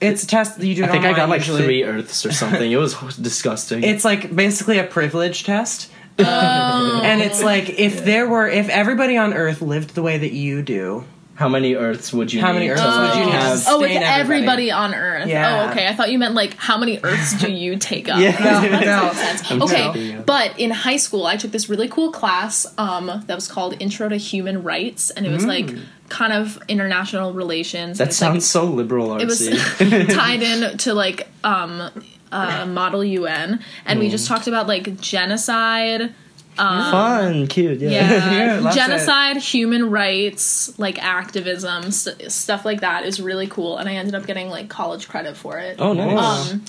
A: it's a test that you do.
C: I think I got like
A: usually.
C: three Earths or something. It was disgusting.
A: It's like basically a privilege test.
C: Oh.
A: and it's like if there were if everybody on Earth lived the way that you do,
C: how many Earths would you?
A: How many
C: need
A: Earths
C: to,
A: would
C: like,
A: you need?
C: have-
B: oh, with
A: sustain
B: everybody.
A: everybody.
B: on Earth.
A: Yeah.
B: Oh, okay. I thought you meant like how many Earths do you take up?
C: Yeah.
A: no,
C: I'm
B: okay
C: joking.
B: but in high school i took this really cool class um, that was called intro to human rights and it was like kind of international relations and
C: Mm. That
B: it was, like,
C: sounds so liberal artsy.
B: it was tied in to like um uh model un and we just talked about like genocide
C: Fun, cute, yeah.
B: yeah,
A: loves it.
B: genocide human rights like activism st- stuff like that is really cool and i ended up getting like college credit for it
C: Oh, nice.
B: um,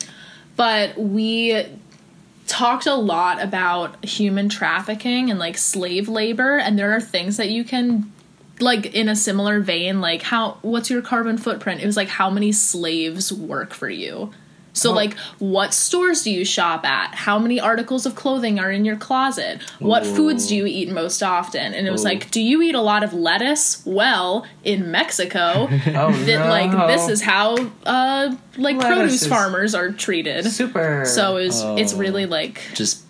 B: but we talked a lot about human trafficking and like slave labor, and there are things that you can like in a similar vein like how what's your carbon footprint it was like how many slaves work for you so like what stores do you shop at how many articles of clothing are in your closet what foods do you eat most often and it was
C: Ooh.
B: like do you eat a lot of lettuce well in mexico
A: Oh,
B: that
A: no.
B: like this is how uh like
A: Lettuce
B: produce
A: is-
B: farmers are treated.
A: super.
B: So it's it's
C: Oh.
B: really like
C: Just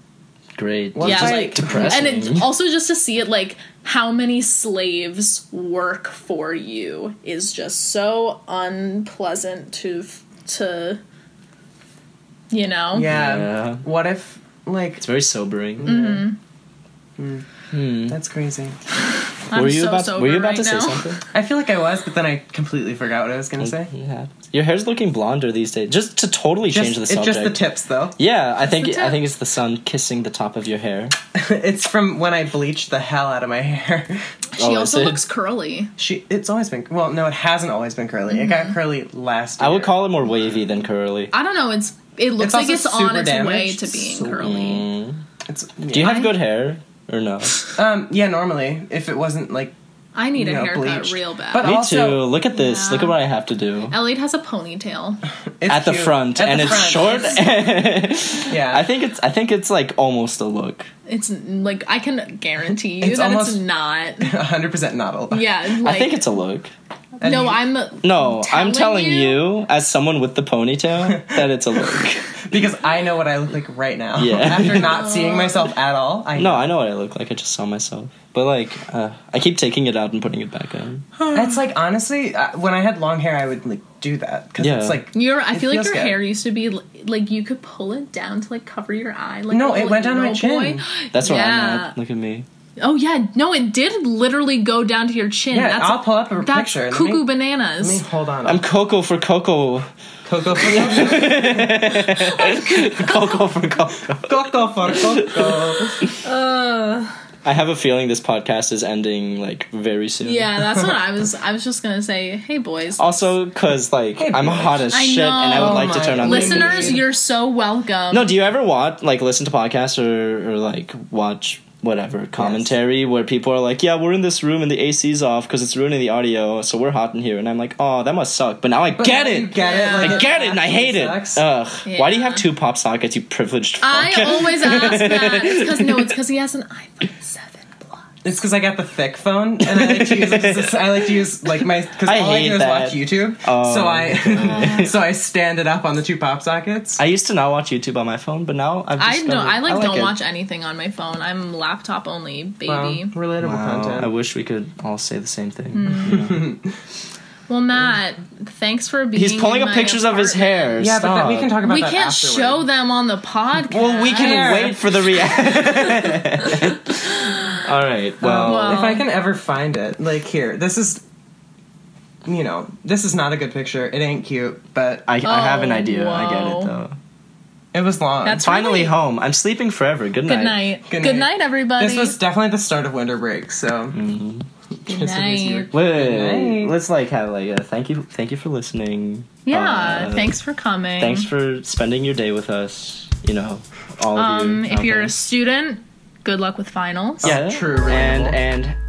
C: great.
A: Well,
B: yeah,
A: it's just
B: like
C: depressing.
B: and it also just to see it like how many slaves work for you is just so unpleasant to to you know.
A: yeah.
C: Yeah.
A: What if like
C: It's very sobering.
A: Mm-hmm.
C: Mm-hmm.
A: that's crazy?
B: I'm
C: were you
B: so
C: about
B: sober
C: Were you about
B: right
C: to
B: now.
C: say something?
A: I feel like I was, but then I completely forgot what I was gonna say.
C: Yeah. Your hair's looking blonder these days. Just to totally change
A: Just,
C: the
A: it's
C: subject.
A: just the tips though.
C: Yeah, I think
B: the tip.
C: I think it's the sun kissing the top of your hair.
A: it's from when I bleached the hell out of my hair.
B: She
C: Oh, is
B: also
C: it?
B: looks curly.
A: She it's always been well, no, it hasn't always been curly. It got curly last year.
C: Mm-hmm. I would call it more wavy than curly.
B: I don't know, it's it
A: It's
B: looks like
A: also
B: it's on
A: super
B: its way
A: damaged,
B: to being
A: so-
B: curly.
A: it's,
C: Do you have
B: I-
C: good hair or no?
A: um yeah, normally if it wasn't like
B: I need a
A: You know,
B: haircut
A: bleached.
B: real bad.
A: But
C: Me
A: Also-
C: too. Look at this. Look
B: Yeah.
C: at what I have to do.
B: Elliot has a ponytail.
A: it's
C: At the
A: cute.
C: front,
A: At the
C: and it's
A: front.
C: short.
A: Yeah.
C: I think it's I think it's like almost a look.
B: It's n- like I can guarantee you
A: It's
B: that
A: almost-
B: it's not.
A: 100% not all.
B: Yeah, like
C: I think it's a look.
A: And
B: no.
A: you-
B: I'm
C: No,
B: telling
C: I'm telling
B: you-
C: you, as someone with the ponytail, that it's a look.
A: because I know what I look like right now.
C: Yeah.
A: After not seeing myself at all, I
C: No,
A: know.
C: I know what I look like. I just saw myself. But like, uh, I keep taking it out and putting it back on.
A: It's like honestly, I- when I had long hair, I would like do that because
C: Yeah.
A: it's like
B: Your I
A: It
B: feel like
A: feels
B: your
A: good.
B: hair used to be li- like you could pull it down to like cover your eye. Like
A: No,
B: a
A: it
B: little
A: went down to my
B: emo
A: chin.
B: boy.
C: That's what I'm
B: Yeah.
C: at. Look at me.
B: Oh yeah, no, it did literally go down to your chin.
A: yeah.
B: that's
A: I'll pull up a
B: that's
A: picture. Let me-
B: cuckoo
A: Let me
B: bananas.
A: hold on.
C: I'm Coco for Coco.
A: Coco for
C: Coco for Coco.
A: Coco for Coco.
B: Uh,
C: I have a feeling this podcast is ending like very soon.
B: yeah, that's what I was. I was just gonna say, hey boys,
C: Also, cause like
A: Hey,
C: I'm
A: boy.
C: hot as
B: I
C: shit, and I
B: know.
C: would like to
A: Oh
C: turn
A: my
C: on the air
B: listeners,
C: conditioning.
B: you're so welcome.
C: No, do you ever watch like listen to podcasts or, or like watch whatever commentary where people are like, "Yeah, we're in this room and the AC's off because it's ruining the audio, so we're hot in here." And I'm like, "Oh, that must suck." But now I get
A: You
C: it.
A: Get it?
B: Yeah.
A: Like,
C: I get it, and I hate it.
A: sucks. Uh,
C: Ugh. Why do you
B: Yeah.
C: have two pop sockets? You privileged fuck.
B: I always ask that. It's because no, it's because he has an iPhone seven Plus.
A: It's because I got the thick phone, and I like to use. this- I like to use like my because
C: I
A: all I
C: hate
A: do is
C: that.
A: watch YouTube.
C: Oh,
A: so I, so I stand it up on the two pop sockets.
C: I used to not watch YouTube on my phone, but now I've
B: I
C: discovered,
B: don't. I like don't
C: it.
B: watch anything on my phone. I'm laptop only, baby.
A: Wow, relatable
C: Wow, I
A: content. Mm,
C: wish we could all say the same thing.
B: Well, Matt, thanks for being.
C: He's pulling
B: in my
C: up pictures of his
B: apartment.
C: hair.
A: yeah, but that, we can talk about
B: We
A: that.
B: can't
A: afterward.
B: show them on the podcast.
C: Well, we can
A: Hair.
C: wait for the reaction. all right. Well,
B: Well,
A: If I can ever find it, like here, this is. You know, this is not a good picture. It ain't cute, but
C: I, I have an
B: Oh,
C: idea. I get
B: wow.
C: it though.
A: it was long.
B: That's-
C: Finally
B: really-
C: home. I'm sleeping forever. Good night.
B: Good night.
A: Good
B: Good,
A: night.
B: night. everybody.
A: this was definitely the start of winter break, so.
C: Mm-hmm.
A: Just in case you were-
B: night.
C: Wait,
A: night.
C: let's like have like a thank you, thank you for listening.
B: yeah.
C: Uh,
B: thanks for coming.
C: Thanks for spending your day with us. You know, all of
B: Um,
C: you.
B: if
C: out
B: you're
C: there.
B: a student, good luck with finals.
C: yeah,
A: True,
C: and
A: relatable.
C: and